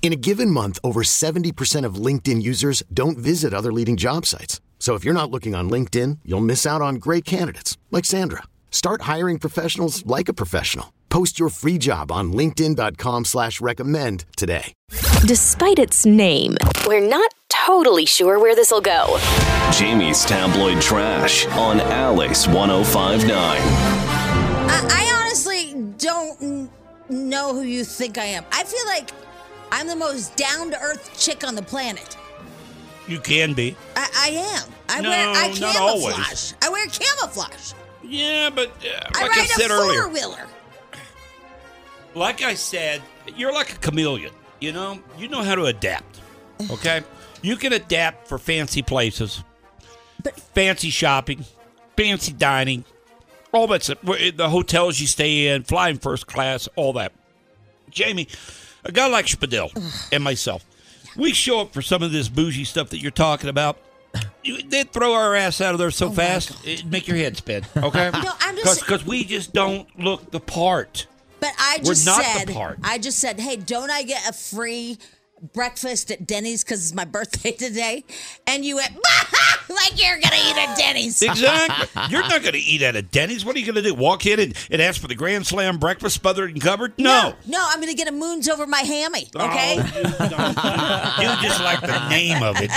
In a given month, over 70% of LinkedIn users don't visit other leading job sites. So if you're not looking on LinkedIn, you'll miss out on great candidates like Sandra. Start hiring professionals like a professional. Post your free job on linkedin.com slash recommend today. Despite its name, we're not totally sure where this will go. Jamie's tabloid trash on Alice 1059. I, I honestly don't n- know who you think I am. I feel like I'm the most down to earth chick on the planet. You can be. I, I am. I No, wear I not camouflage. always. I wear camouflage. Yeah, but uh, I like I, ride said a earlier, four wheeler. like I said, you're like a chameleon. You know, you know how to adapt. Okay, you can adapt for fancy places, fancy shopping, fancy dining, all that stuff. wh- The hotels you stay in, flying first class, all that. Jamie, a guy like Spadil and myself, we show up for some of this bougie stuff that you're talking about. You, they'd throw our ass out of there so fast, it'd make your head spin. Okay, Oh No, I'm just- because we just don't look the part. But I We're just not the said part. I just said, hey, don't I get a free breakfast at Denny's because it's my birthday today? And you went like you're gonna eat at Denny's. Exactly. You're not going to eat at a Denny's. What are you going to do? Walk in and, and ask for the Grand Slam breakfast smothered and covered? No. No, I'm gonna get a moons over my hammy. Okay. Oh, you, don't. You just like the name of it.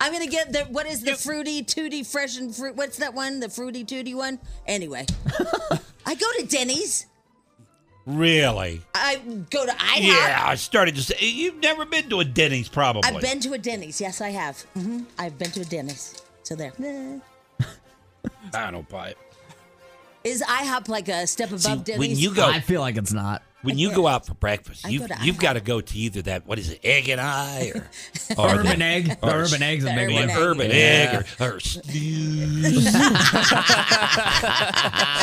I'm gonna get the what is the fruity tooty fresh and fruit? What's that one? The fruity tooty one? Anyway, I go to Denny's. Really? I go to IHOP. Yeah, I started to say, you've never been to a Denny's, probably. I've been to a Denny's. Yes, I have. hmm I've been to a Denny's. So there. Eh. I don't buy it. Is IHOP like a step above See, Denny's? when you go, I feel like it's not. when you go out for breakfast, I you go to you've IHOP. got to go to either that what is it, egg and I, or, or the- Urban egg. The or urban egg's a the big urban one. an egg. urban Yeah. egg or, or snooze.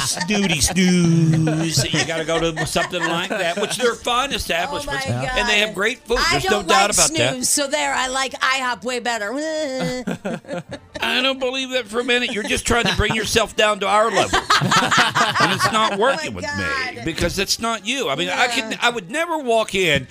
Snooty snooze. You got to go to something like that, which they're fine establishments. Oh my God. and they have great food. I There's don't like no doubt about snooze, So there, I like IHOP way better. Eh. that. I don't believe that for a minute. You're just trying to bring yourself down to our level. and it's not working Oh, my with me God. because it's not you. I mean, I could, I would never walk in.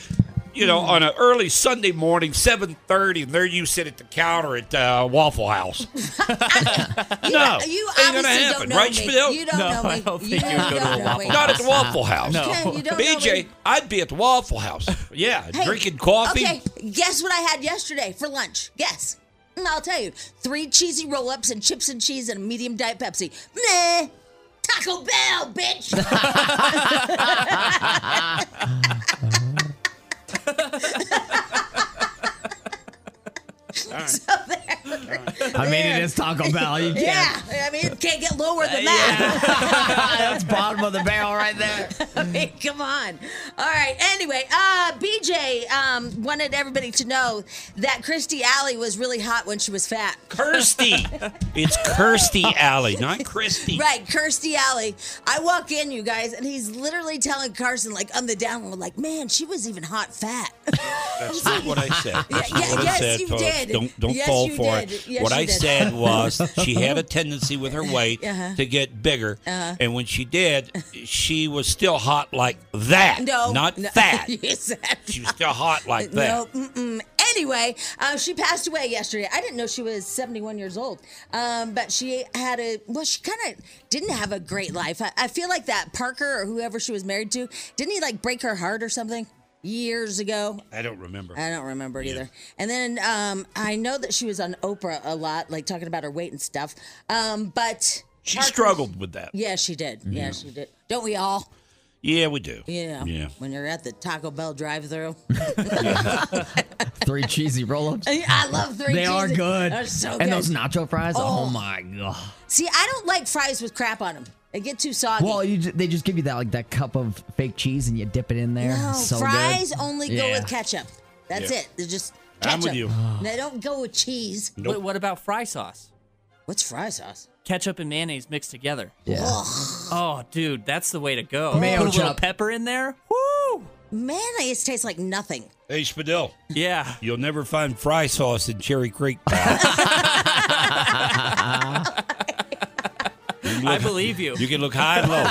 You know, on an early Sunday morning, seven thirty, and there you sit at the counter at uh, Waffle House. no, you ain't obviously gonna don't happen, know right, me. Spadil? You don't know me. you don't know me. Not at the Waffle House. No. You don't know BJ, me. I'd be at the Waffle House. Yeah, Hey, drinking coffee. Okay, guess what I had yesterday for lunch? Guess. Mm, I'll tell you. Three cheesy roll ups and chips and cheese and a medium diet Pepsi. Meh. Taco Bell, bitch. So there. I mean, it is Taco Bell. You can't. Yeah, I mean, can't get lower than that. That's bottom of the barrel right there. I mean, come on. All right. Anyway, uh, BJ um, wanted everybody to know that Christy Alley was really hot when she was fat. Kirsty. it's Kirsty Alley, not Christy. Right, Kirsty Alley. I walk in, you guys, and he's literally telling Carson, like, on the down low, like, man, she was even hot fat. That's not what I said. That's yeah, not what I yes, said, you folks. did. Don't don't Yes, fall you for did. it. Yes, what you I did. said was she had a tendency with her weight Uh-huh. to get bigger, and when she did, she was still hot like that. No. not no, fat. Yes, She was still hot like that. no, mm-mm. Anyway, uh, she passed away yesterday. I didn't know she was 71 years old. Um, but she had a, well, she kind of didn't have a great life. I, I feel like that Parker or whoever she was married to, didn't he, like, break her heart or something? Years ago, I don't remember. I don't remember it either. And then um, I know that she was on Oprah a lot, like talking about her weight and stuff. Um, but she struggled with that. Mm-hmm. yeah, she did. Yeah, she did. Don't we all? Yeah, we do. Yeah. Yeah. When you're at the Taco Bell drive-through, Three cheesy roll-ups. I love three. They are cheeses. good. They're so And good. those nacho fries. Oh, Oh. my god. See, I don't like fries with crap on them. They get too soggy. Well, you, ju- they just give you that like that cup of fake cheese and you dip it in there. no, so good. fries only go Yeah. with ketchup. That's Yeah. it. They're just ketchup. I'm with you. They don't go with cheese. Nope. But what about fry sauce? What's fry sauce? Ketchup and mayonnaise mixed together. Yeah. Oh, dude, that's the way to go. Mayo Put a little chop. pepper in there. Woo! Mayonnaise tastes like nothing. Hey, Spadil, Yeah. you'll never find fry sauce in Cherry Creek. I believe you. You can look high and low.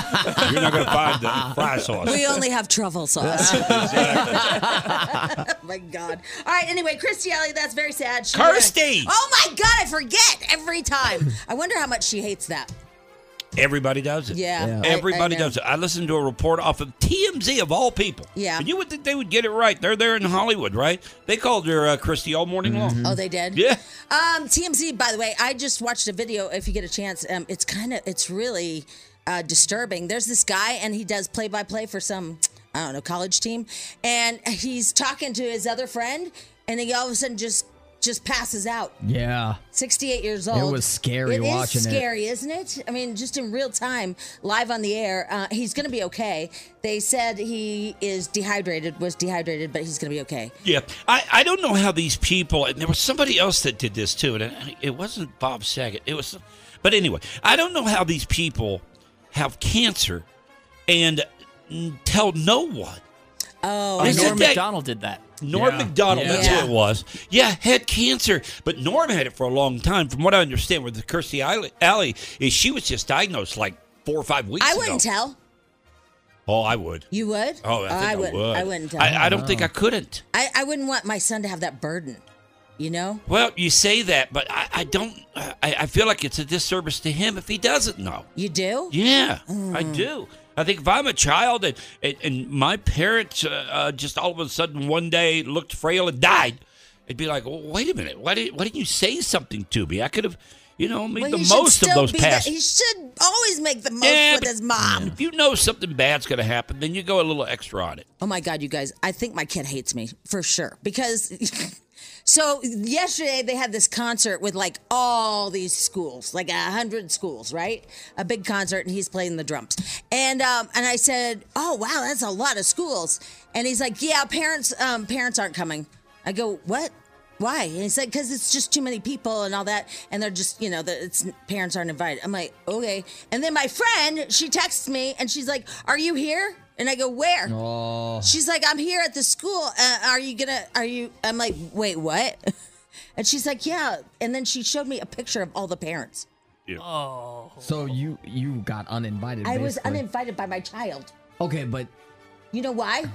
You're not going to find the fry sauce. We only have truffle sauce. oh my God. All right. Anyway, Kirstie Alley, that's very sad. She, Kirstie! oh my God, I forget every time. I wonder how much she hates that. Everybody does it. Yeah. Yeah. I- I Everybody know. does it. I listened to a report off of TMZ of all people. Yeah. And you would think they would get it right. They're there in Hollywood, right? They called her uh, Christy all morning long. Oh, they did. Yeah. Um, TMZ, by the way, I just watched a video. If you get a chance, um, it's kind of, it's really uh, disturbing. There's this guy, and he does play by play for some, I don't know, college team, and he's talking to his other friend, and he all of a sudden just just passes out. Yeah. 68 years old. was scary It is watching it. scary, isn't it? I mean, just in real time, live on the air. Uh, he's going to be okay. They said he is dehydrated, was dehydrated, but he's going to be okay. Yeah. I, I don't know how these people, and there was somebody else that did this too, and it- it wasn't Bob Saget. It was, but anyway, I don't know how these people have cancer and mm, tell no one. Oh, Oh, I Is know. it Norm that- McDonald did that. Norm Yeah. McDonald, that's Yeah. who it was. Yeah, had cancer, but Norm had it for a long time. From what I understand, with the Kirstie Alley, Alley is she was just diagnosed like four or five weeks I ago. wouldn't tell. Oh, I would. You would? Oh, I, think I, wouldn't. would. I wouldn't tell. I, I don't think I couldn't. I, I wouldn't want my son to have that burden, you know? Well, you say that, but I, I don't. I, I feel like it's a disservice to him if he doesn't know. You do? Yeah, I Mm. do. I think if I'm a child and and, and my parents uh, uh, just all of a sudden one day looked frail and died, it'd be like, well, wait a minute, why did why didn't you say something to me? I could have, you know, made Well, the he should most of still those be past. The, he should always make the most Yeah, with but- his mom. If you know something bad's going to happen, then you go a little extra on it. Oh my God, you guys, I think my kid hates me for sure. Because, so yesterday they had this concert with like all these schools, like a hundred schools, right? A big concert, and he's playing the drums. And um, and I said, oh wow, that's a lot of schools. And he's like, yeah, parents, um, parents aren't coming. I go, what? Why? And he said, because it's just too many people and all that, and they're just, you know, the it's, parents aren't invited. I'm like, okay. And then my friend, she texts me, and she's like, "Are you here?" And I go, "Where?" She's like, I'm here at the school. Uh, are you gonna? Are you? I'm like, wait, what? And she's like, yeah. And then she showed me a picture of all the parents. So you you got uninvited. I was basically. uninvited by my child. Okay, but You know why?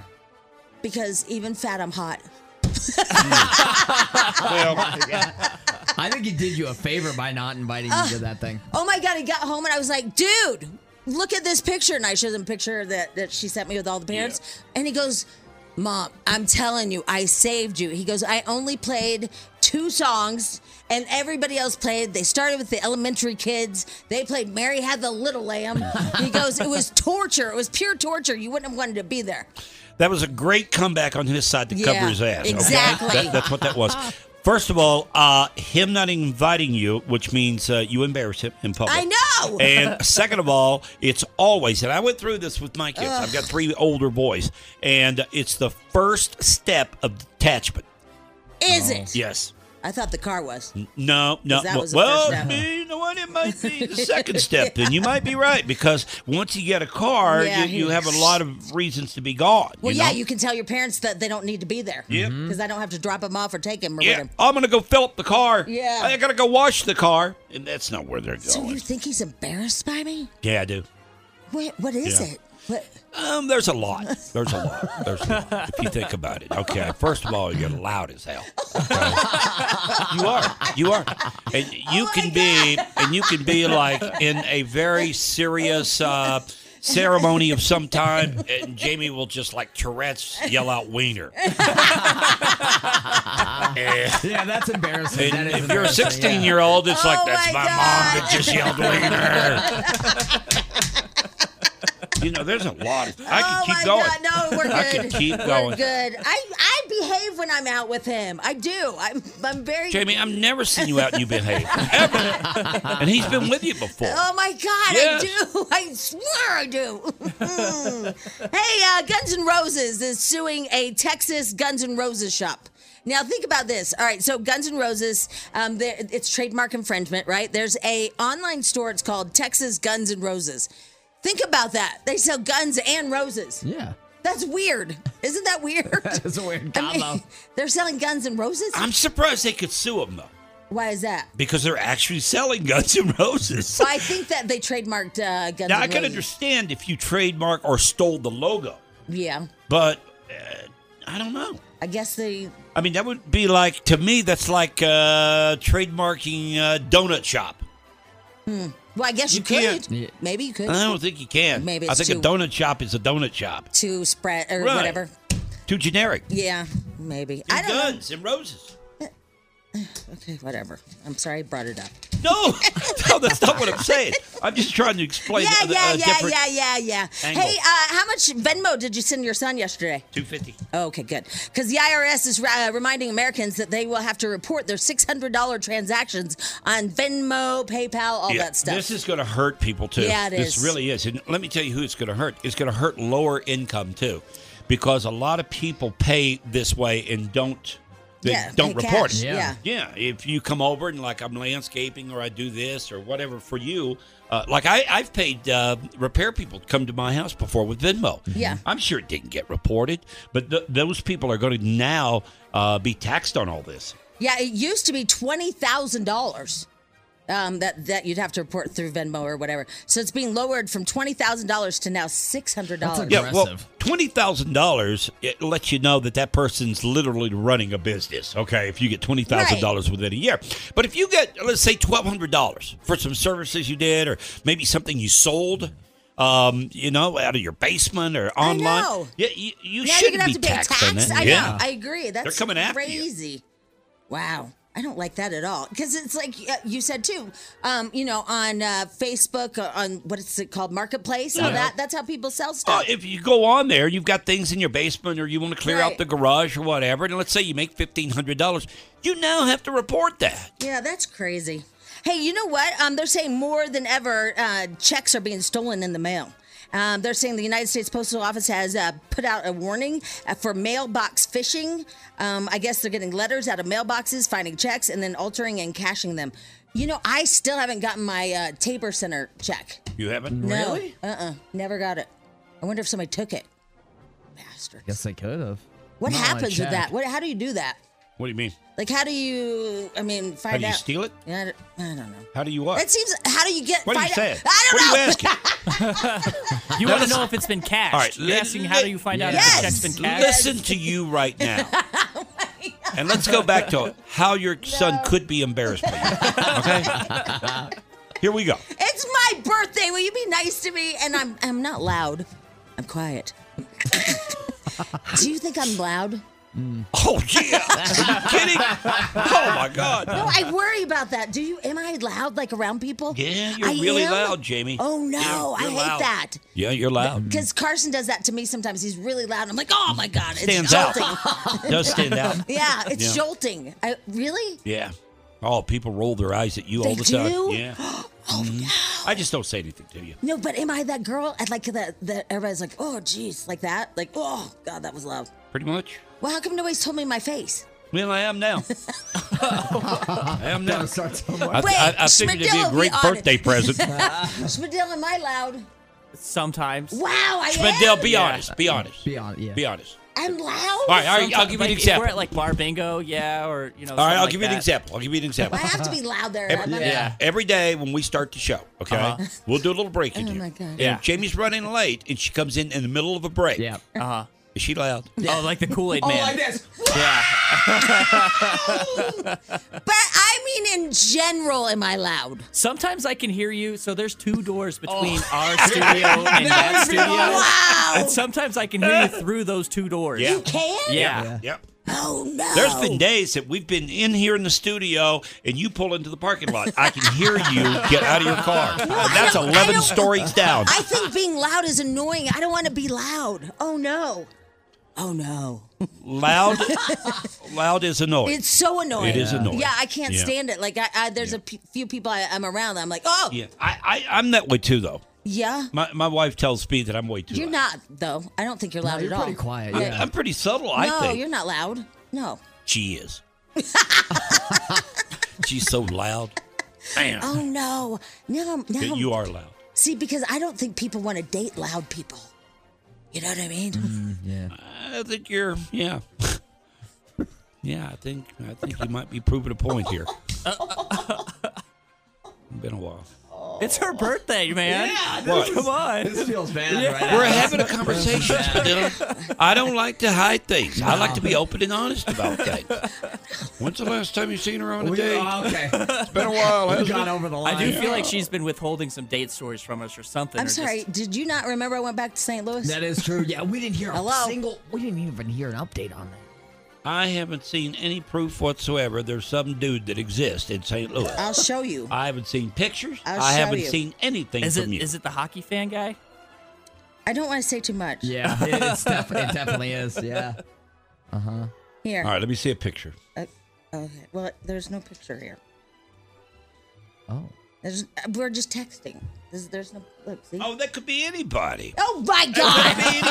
Because even fat, I'm hot. I think he did you a favor by not inviting you to that thing. Oh my god! I got home and I was like, dude, look at this picture. And I showed him a picture that that she sent me with all the parents. And he goes, Mom, I'm telling you, I saved you. He goes, I only played two songs and everybody else played. They started with the elementary kids. They played Mary Had the Little Lamb. he goes, It was torture. It was pure torture. You wouldn't have wanted to be there. That was a great comeback on his side to Yeah, cover his ass. okay? exactly. That- that's what that was. First of all, uh, him not inviting you, which means uh, you embarrass him in public. I know. And second of all, it's always, and I went through this with my kids. I've got three older boys, and it's the first step of detachment. Oh. Is it? Yes. I thought the car was. No, no. 'Cause that no. was the well, first step. you know what? It might be the second step. Then you might be right because once you get a car, Yeah. you, you have a lot of reasons to be gone. Well, you yeah, know? you can tell your parents that they don't need to be there. Yeah. Because I don't have to drop him off or take him or Yeah, whatever. I'm gonna go fill up the car. Yeah. I gotta go wash the car, and that's not where they're going. So you think he's embarrassed by me? yeah, I do. What, what is Yeah. it? What, Um, there's a lot. There's a lot. There's a lot. If you think about it, okay. First of all, you're loud as hell. okay? you are. You are. And you Oh, my can be. And you can be like in a very serious. Uh, Ceremony of some time, and Jamie will just like Tourette's yell out wiener. Eh. Yeah, that's embarrassing. That And is if you're a embarrassing, 16 yeah. year old, it's Oh like, my that's my, mom God. that just yelled wiener. You know, there's a lot. Of, I can oh my keep going. God, no, we're good. I can keep We're going. good. I, I behave when I'm out with him. I do. I'm, I'm very. Jamie, I've never seen you out and you behave. Ever. And he's been with you before. Oh my God, Yes. I do. I swear I do. Mm. hey, uh, Guns N' Roses is suing a Texas Guns N' Roses shop. Now think about this. All right, so Guns N' Roses, um, there- it's trademark infringement, right? There's a online store. It's called Texas Guns N' Roses. Think about that. They sell guns and roses. Yeah. That's weird. Isn't that weird? That's a weird I combo. mean, they're selling Guns N' Roses. I'm surprised they could sue him, though, Why is that? because they're actually selling Guns N' Roses. Well, I think that they trademarked uh, Guns Now, N' I can Roses. understand if you trademark or stole the logo, Yeah, but uh, I don't know. I guess they. I mean, that would be like, to me, that's like uh, trademarking uh, donut shop. Well, I guess you, You can't- could. Maybe you could I don't think you can. Maybe I it's think a too- donut shop is a donut shop. to spread or Right. whatever. Too generic. Yeah, maybe. Do I don't guns and roses. know. Okay, whatever. I'm sorry I brought it up. No, no, that's not what I'm saying. I'm just trying to explain. yeah, the, yeah, uh, yeah, different yeah, yeah, yeah. angle. Hey, uh, how much Venmo did you send your son yesterday? 250. Okay, good. Because the IRS is uh, reminding Americans that they will have to report their $600 transactions on Venmo, PayPal, all that stuff. This is going to hurt people too. Yeah, it this is. really is. And let me tell you who it's going to hurt. It's going to hurt lower income too, because a lot of people pay this way and don't. They yeah, don't pay report cash, it. Yeah. yeah. Yeah, if you come over and like I'm landscaping or I do this or whatever for you, uh, like I, I've paid uh, repair people to come to my house before with Venmo. Mm-hmm. Yeah. I'm sure it didn't get reported, but th- those people are going to now uh, be taxed on all this. Yeah, it used to be twenty thousand dollars. Um, that that you'd have to report through Venmo or whatever. So it's being lowered from twenty thousand dollars to now six hundred dollars. That's a- Yeah, well, Aggressive. twenty thousand dollars it lets you know that that person's literally running a business. Okay, if you get twenty thousand dollars within a year, but if you get let's say twelve hundred dollars for some services you did or maybe something you sold, um, you know, out of your basement or I online, know. yeah, you, you now you're shouldn't gonna have be to pay taxed tax. on that. I yeah, know. I agree. That's coming after you. crazy. Wow. I don't like that at all because it's like uh, you said too. Um, you know, on uh, Facebook, uh, on what is it called, Marketplace, all that. That's how people sell Uh, stuff. if you go on there, you've got things in your basement, or you want to clear Right. out the garage or whatever, and let's say you make fifteen hundred dollars, you now have to report that. Yeah, that's crazy. Hey, you know what? Um, they're saying more than ever, uh, checks are being stolen in the mail. Um, they're saying the United States Postal Office has uh, put out a warning uh, for mailbox phishing. Um, I guess they're getting letters out of mailboxes, finding checks, and then altering and cashing them. You know, I still haven't gotten my uh, Tabor Center check. You haven't No. Uh uh Never got it. I wonder if somebody took it. Bastard. Guess they could have. What happens with that? What, how do you do that? What do you mean? Like, how do you, I mean, How find do you out? steal it? I don't, I don't know. How do you what? It seems. How do you get? Uh, What are you find saying? Out? I don't what know. are you asking? You want to know if it's been cashed. All right, You're let- asking how do you find out Yes. if the check's been cashed? Listen to you right now. And let's go back to how your son could be embarrassed by you. Okay? Here we go. It's my birthday. Will you be nice to me? And I'm. I'm not loud. I'm quiet. do you think I'm loud? Oh, yeah. Are you kidding? Oh, my God. No, I worry about that. Do you? Am I loud? Like around people? Yeah, you're I really am? loud, Jamie. Oh Yeah, no, I you're hate loud. that. Yeah, you're loud. Because Carson does that to me sometimes. He's really loud. and I'm like, oh my god, it's Stands out. jolting. Does stand out. yeah, it's Yeah. jolting. I, really? Yeah. Oh, people roll their eyes at you all They the time. do? Oh, Yeah. Mm-hmm. I just don't say anything to you. No, but am I that girl? I'd like that. That everybody's like, oh geez, like that. Like, oh god, that was loud. Pretty much. Well, how come nobody's told me my face? Well, I am now. I am now. Start somewhere. I, I, I Wait, figured it'd Schmidl be a will be great on it. birthday present. Spadil, am I loud? Sometimes. Wow, I Schmidl, am. be honest. Be honest. Be honest, yeah. Be honest. I'm loud. All right, all right. I'll Sometimes, give you an like, If example. we're at like bar bingo, yeah, or you know. all right, something I'll like give you an that. example. I'll give you an I example. have to be loud there. Every, I'm- Yeah. every day when we start the show, okay, Uh-huh. we'll do a little break in Oh here. my God. And Yeah. if Jamie's running late, and she comes in in the middle of a break. Yeah. Uh huh. Is she loud? Oh, like the Kool Aid Man. this. Yeah. But I mean, in general, am I loud? Sometimes I can hear you. So there's two doors Oh. between our studio and that studio. Wow. And sometimes I can hear you through those two doors. Yeah. You can? Yeah. Yep. Oh no! There's been days that we've been in here in the studio and you pull into the parking lot. I can hear you get out of your car. And that's don't- I 11 don't- stories down. I think being loud is annoying. I don't want to be loud. Oh no! Oh no! Loud, loud is annoying. It's so annoying. It is annoying. Yeah, I can't Yeah. stand it. Like I, I there's a p- few people I, I'm around. I'm like, oh yeah. yeah, I, I, I'm that way too, though. My, my wife tells me that I'm way too. You're loud. not though. I don't think you're loud you're at all. pretty quiet. I'm, Yeah. I'm pretty subtle. I no, think you're not loud. No. she is. She's so loud. Man, Oh no. Now, now yeah, you are loud. See, because I don't think people want to date loud people. You know what I mean? Mm-hmm. I think you're. Yeah. yeah, I think I think you might be proving a point here. Been a while. It's her birthday, man. What? Come on. Oh. This feels bad right We're now. having a conversation. Dylan. I don't like to hide things. I like to be open and honest about things. When's the last time you seen her on a We- date? oh, okay. It's been a while. We hasn't got it? over the line. I do feel like she's been withholding some date stories from us or something. I'm or sorry. Just, Did you not remember I went back to St. Louis? that is true. Yeah, we didn't hear Hello? a single. We didn't even hear an update on that. I haven't seen any proof whatsoever. There's some dude that exists in St. Louis. I'll show you. I haven't seen pictures. I'll I show haven't you. seen anything is it from you. is it the hockey fan guy? I don't want to say too much. Yeah, it, it's def- it definitely is. Yeah. Here. All right, let me see a picture. Uh, Okay. Well, there's no picture here. Oh. There's, uh, we're just texting. There's, there's no. Look, see? Oh, that could be anybody. Oh my That God! could be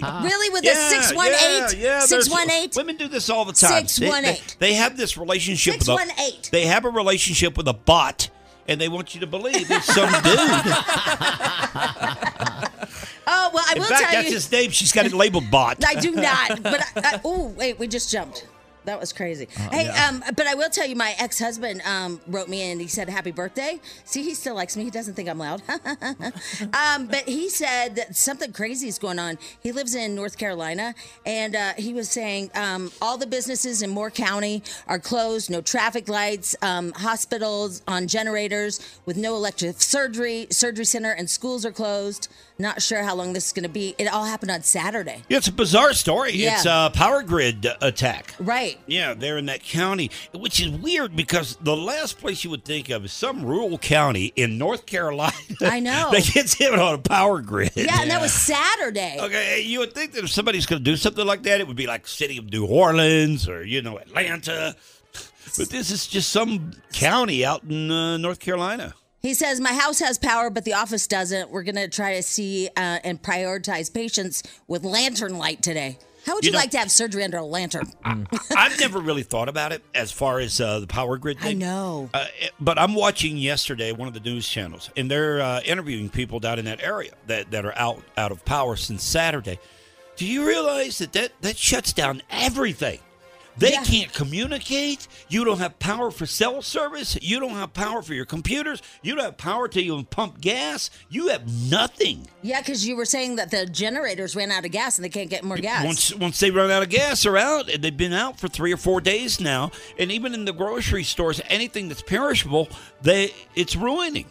anybody. really? With Yeah, a 618? yeah, yeah, there's- 618? Women do this all the time. They- they- 618. They, have this relationship with a- 618. They have a relationship with a bot, and they want you to believe it's some dude. Oh, well, I In will fact, tell that's you. his name. She's got it labeled bot. I do not. But I, I, oh, wait, we just jumped. That was crazy. hey, um, but I will tell you, my ex husband um, wrote me and he said happy birthday. See, he still likes me. He doesn't think I'm loud. um, but he said that something crazy is going on. He lives in North Carolina and uh, he was saying um, all the businesses in Moore County are closed, no traffic lights, um, hospitals on generators with no elective surgery, surgery center, and schools are closed. Not sure how long this is going to be. It all happened on Saturday. It's a bizarre story. Yeah. It's a power grid attack. Right. Yeah, they're in that county, which is weird because the last place you would think of is some rural county in North Carolina. I know. that gets hit on a power grid. Yeah, and that was Saturday. Okay, you would think that if somebody's going to do something like that, it would be like city of New Orleans or you know Atlanta, but this is just some county out in uh, North Carolina. He says, My house has power, but the office doesn't. We're going to try to see uh, and prioritize patients with lantern light today. How would You you, know- like to have surgery under a lantern? I've never really thought about it as far as uh, the power grid thing. I know. Uh, it- but I'm watching yesterday one of the news channels, and they're uh, interviewing people down in that area that, that are out out of power since Saturday. Do you realize that that, that shuts down everything? They Yeah. can't communicate. You don't have power for cell service. You don't have power for your computers. You don't have power to even pump gas. You have nothing. Yeah, because you were saying that the generators ran out of gas and they can't get more gas. Once once they run out of gas, they're out. And they've been out for three or four days now. And even in the grocery stores, anything that's perishable, they it's ruining.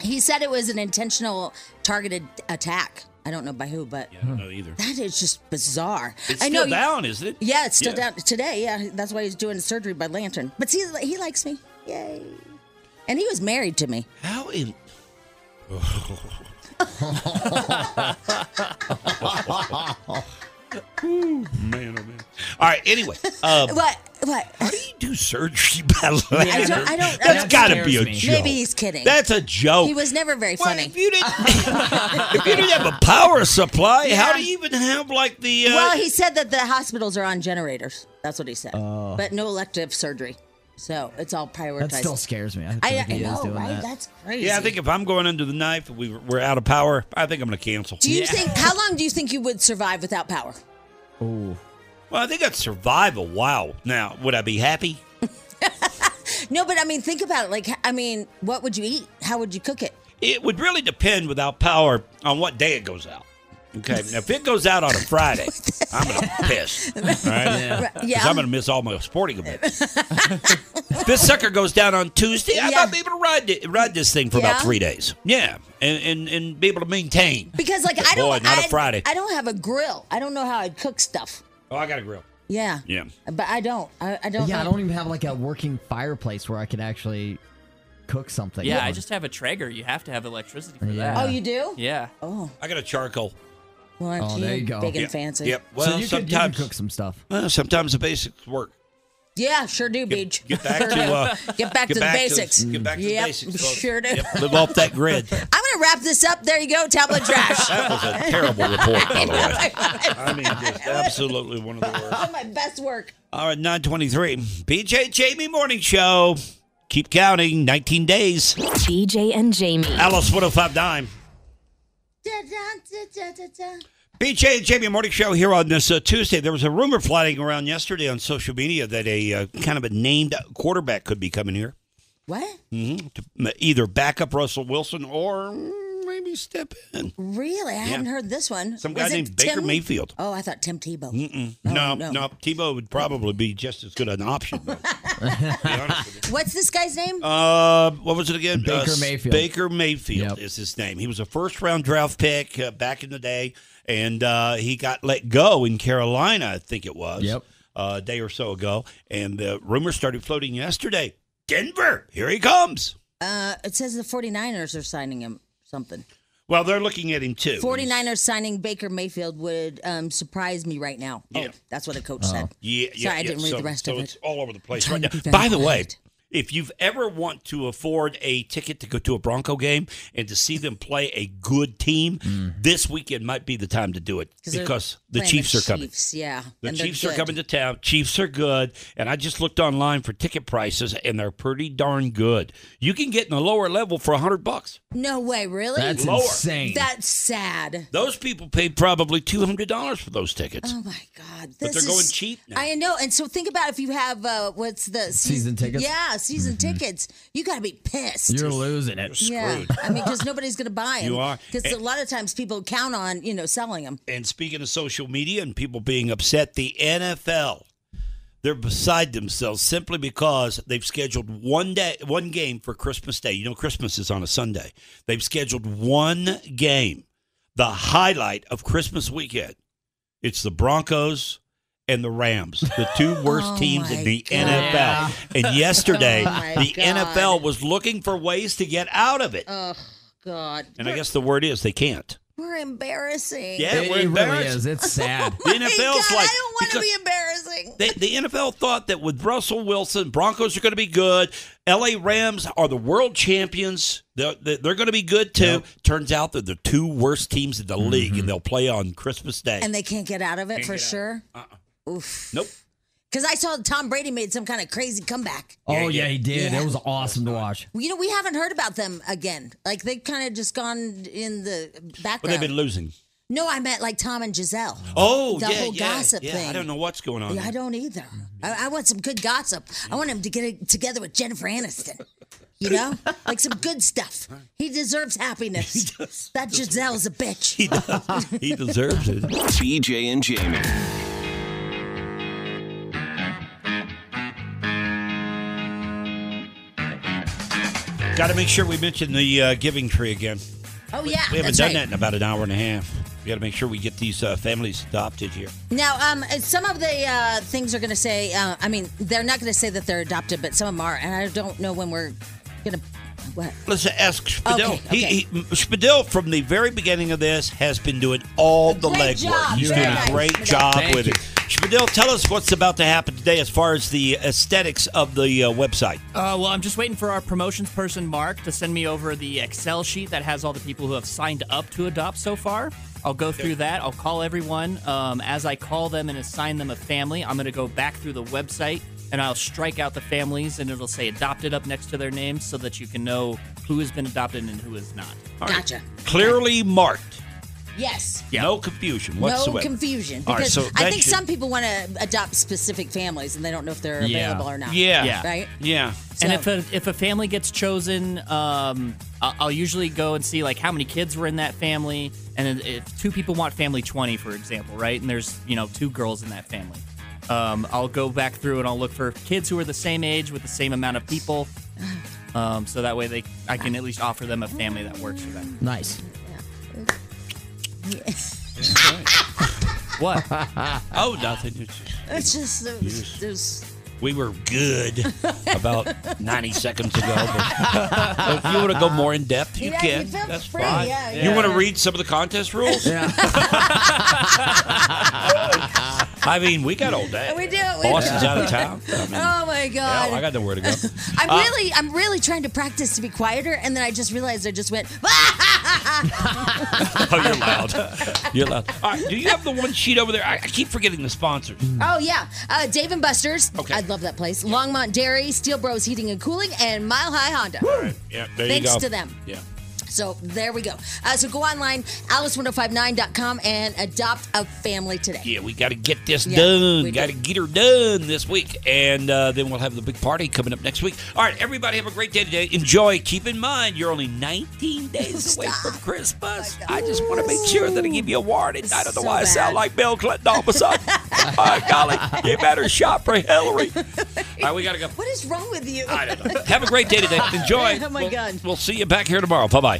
he said it was an intentional targeted attack. I don't know by who, but I don't know either. that is just bizarre. It's I still know. you- down, isn't it? yeah, it's still down today. Yeah, that's why he's doing surgery by lantern. But see, he likes me. Yay. And he was married to me. How in? Ooh, man, oh man. All right. Anyway, uh, What? What? how do you do surgery by lantern? I don't- I don't- That's that got to be a scares me. joke. Maybe he's kidding. That's a joke. He was never very Well, funny. if you didn't, if you didn't have a power supply, how do you even have like the? Uh, well, he said that the hospitals are on generators. That's what he said. Oh. but no elective surgery. So it's all prioritized. That still scares me. I, I, think I he is know, doing right? that. That's crazy. yeah, I think if I'm going under the knife, we, we're out of power. I think I'm going to cancel. Do you think how long do you think you would survive without power? Ooh. Well, I think I'd survive a while. Now, would I be happy? No, but I mean, think about it. Like, I mean, what would you eat? How would you cook it? It would really depend without power on what day it goes out. Okay, now if it goes out on a Friday, I'm gonna piss. All right, Right, Because Yeah. I'm gonna miss all my sporting events. If this sucker goes down on Tuesday. I Yeah. might be able to ride thi- ride this thing for about Yeah. three days. Yeah, and and, and be able to maintain. because like I don't. Boy, not a I- Friday. I don't have a grill. I don't know how I'd cook stuff. Oh, I got a grill. Yeah. Yeah. But I don't. I, I don't. Yeah, I know. don't even have like a working fireplace where I could actually cook something. Yeah, I just have a Traeger. You have to have electricity for Yeah. that. Oh, you do? Yeah. Oh, I got a charcoal. well, aren't Oh, there you go. Big and Yeah. fancy. Yep. so Well, you could, you could sometimes cook some stuff. well, sometimes the basics work. Yeah, sure do, Beach. Get back to uh, Get back to the basics. get back to Yep, the basics. folks. sure do. Yep, live off that grid. I'm gonna wrap this up. There you go, tablet trash. That was a terrible report, by the way. I I mean, just absolutely one of the worst. my best work. All right, 923. BJ Jamie Morning Show. Keep counting. 19 days. BJ and Jamie. Alice 1059. Da, da, da, da, da, da. BJ and Jamie Morning Show here on this uh, Tuesday. There was a rumor flying around yesterday on social media that a uh, kind of a named quarterback could be coming here What? to m- either back up Russell Wilson or mm, maybe step in. Really? I hadn't heard this one. Some Was guy it named Baker Tim- Mayfield. Oh, I thought Tim Tebow. no, no. no, Tebow would probably be just as good an option. though. What's this guy's name? Uh, what was it again? Baker Uh, S- Mayfield. Baker Mayfield Yep. is his name. He was a first round draft pick uh, back in the day, and uh, he got let go in Carolina, I think it was. Yep. Uh, a day or so ago, and the rumor started floating yesterday. Denver, here he comes. Uh, it says the 49ers are signing him something. Well, they're looking at him too. 49ers signing Baker Mayfield would um, surprise me right now. Oh, Yeah. Oh. that's what the coach said. Yeah, yeah. Sorry, I yeah. didn't read so, the rest so of It's it. all over the place Trying right to now. be very By the way, quiet. if you've ever want to afford a ticket to go to a Bronco game and to see them play a good team, this weekend might be the time to do it Mm. they're because the playing Chiefs are coming. Chiefs, yeah. The and they're Chiefs are good. coming to town. Chiefs are good, and I just looked online for ticket prices, and they're pretty darn good. You can get in the lower level for a hundred bucks. No way, really? That's Lower. insane. That's sad. Those people paid probably two hundred dollars for those tickets. Oh my God! This But they're is, going cheap now. I know, and so think about if you have uh, what's the Season tickets? Yeah, season tickets. You got to be pissed. You're losing it. yeah, I mean, because nobody's going to buy them. You are. Eh. because a lot of times people count on you know selling them. And speaking of social media and people being upset, the NFL they're beside themselves simply because they've scheduled one day one game for Christmas Day. You know Christmas is on a Sunday. They've scheduled one game, the highlight of Christmas weekend. It's the Broncos and the Rams, the two worst Oh teams my in the God. NFL. And yesterday, Oh my the God. NFL was looking for ways to get out of it. Oh God! and I guess the word is they can't. we're embarrassing. Yeah, It, we're it really embarrassed. is. It's sad. The My NFL's God, like I don't want to because- be embarrassing. They, the NFL thought that with Russell Wilson, Broncos are going to be good. LA Rams are the world champions. They're, they're going to be good too. Turns out they're the two worst teams in the league, and they'll play on Christmas Day. and they can't get out of it for sure. Oof. Uh-uh. nope. Because I saw Tom Brady made some kind of crazy comeback. Oh yeah, he did. Yeah. It was awesome to watch. Well, You know, we haven't heard about them again. Like they've kind of just gone in the background. But they've been losing. No, I meant like Tom and Giselle. Oh, the yeah, whole yeah, gossip yeah. thing. I don't know what's going on. Yeah, I there. don't either. I, I want some good gossip. I want him to get it together with Jennifer Aniston. You know, like some good stuff. He deserves happiness. that Giselle's a bitch. He does. he deserves it. BJ and Jamie. Got to make sure we mention the uh, Giving Tree again. oh yeah, We haven't that's done right. that in about an hour and a half. We got to make sure we get these uh, families adopted here. Now, um, some of the uh, things are going to say. Uh, I mean, they're not going to say that they're adopted, but some of them are, and I don't know when we're going to. What? Listen, ask Spadil. Okay, okay. He, he, Spadil, from the very beginning of this, has been doing all the Great legwork. job. He's Very doing nice, a great Spadil. job Thank with you. it. Spadil, tell us what's about to happen today as far as the aesthetics of the uh, website. Uh, well, I'm just waiting for our promotions person, Mark, to send me over the Excel sheet that has all the people who have signed up to adopt so far. I'll go through that. I'll call everyone. Um, as I call them and assign them a family, I'm going to go back through the website and I'll strike out the families and it'll say adopted up next to their names so that you can know who has been adopted and who has not. Gotcha. Clearly marked. Yes. No confusion whatsoever. No confusion. All right, Because so I that think should- some people want to adopt specific families and they don't know if they're Yeah. available or not. Yeah. Yeah. Right? Yeah. And So- if a, if a family gets chosen, um, I- I'll usually go and see like how many kids were in that family, and then if two people want family twenty, for example, right? And there's you know two girls in that family, um, I'll go back through and I'll look for kids who are the same age with the same amount of people, um, so that way they I can at least offer them a family that works for them. Nice. Oh, nothing. It's It's just- just those. those We were good about 90 seconds ago. but if you want to go more in depth, you Yeah, can. you feel That's free, fine. yeah, You yeah. want to read some of the contest rules? Yeah. I mean, we got all day. we do. We Boston's do. out of town. I mean, Oh my yeah, god! I got Uh, nowhere to go. I'm really, I'm really trying to practice to be quieter, and then I just realized I just went. Oh, you're loud. You're loud. All right. Do you have the one sheet over there? I, I keep forgetting the sponsors. Oh yeah, uh, Dave and Buster's. Hmm. Okay. I love that place. Longmont Dairy, Steel Bros Heating and Cooling, and Mile High Honda. Yeah, there Thanks to them. Yeah. So there we go. Uh, so go online, alice1059.com, and adopt a family today. Yeah, we got to get this Yeah, done. we Got to get her done this week. And uh, then we'll have the big party coming up next week. All right, everybody, have a great day today. Enjoy. Keep in mind, you're only 19 days away from Christmas. I just want to make sure that I give you a warning. I don't know Oh So why I sound bad. like Bill Clinton all of a sudden. My golly, you better shop for Hillary. All right, we got to go. What is wrong with you? I don't know. Have a great day today. Enjoy. Oh, my We'll- God. We'll see you back here tomorrow. Bye bye.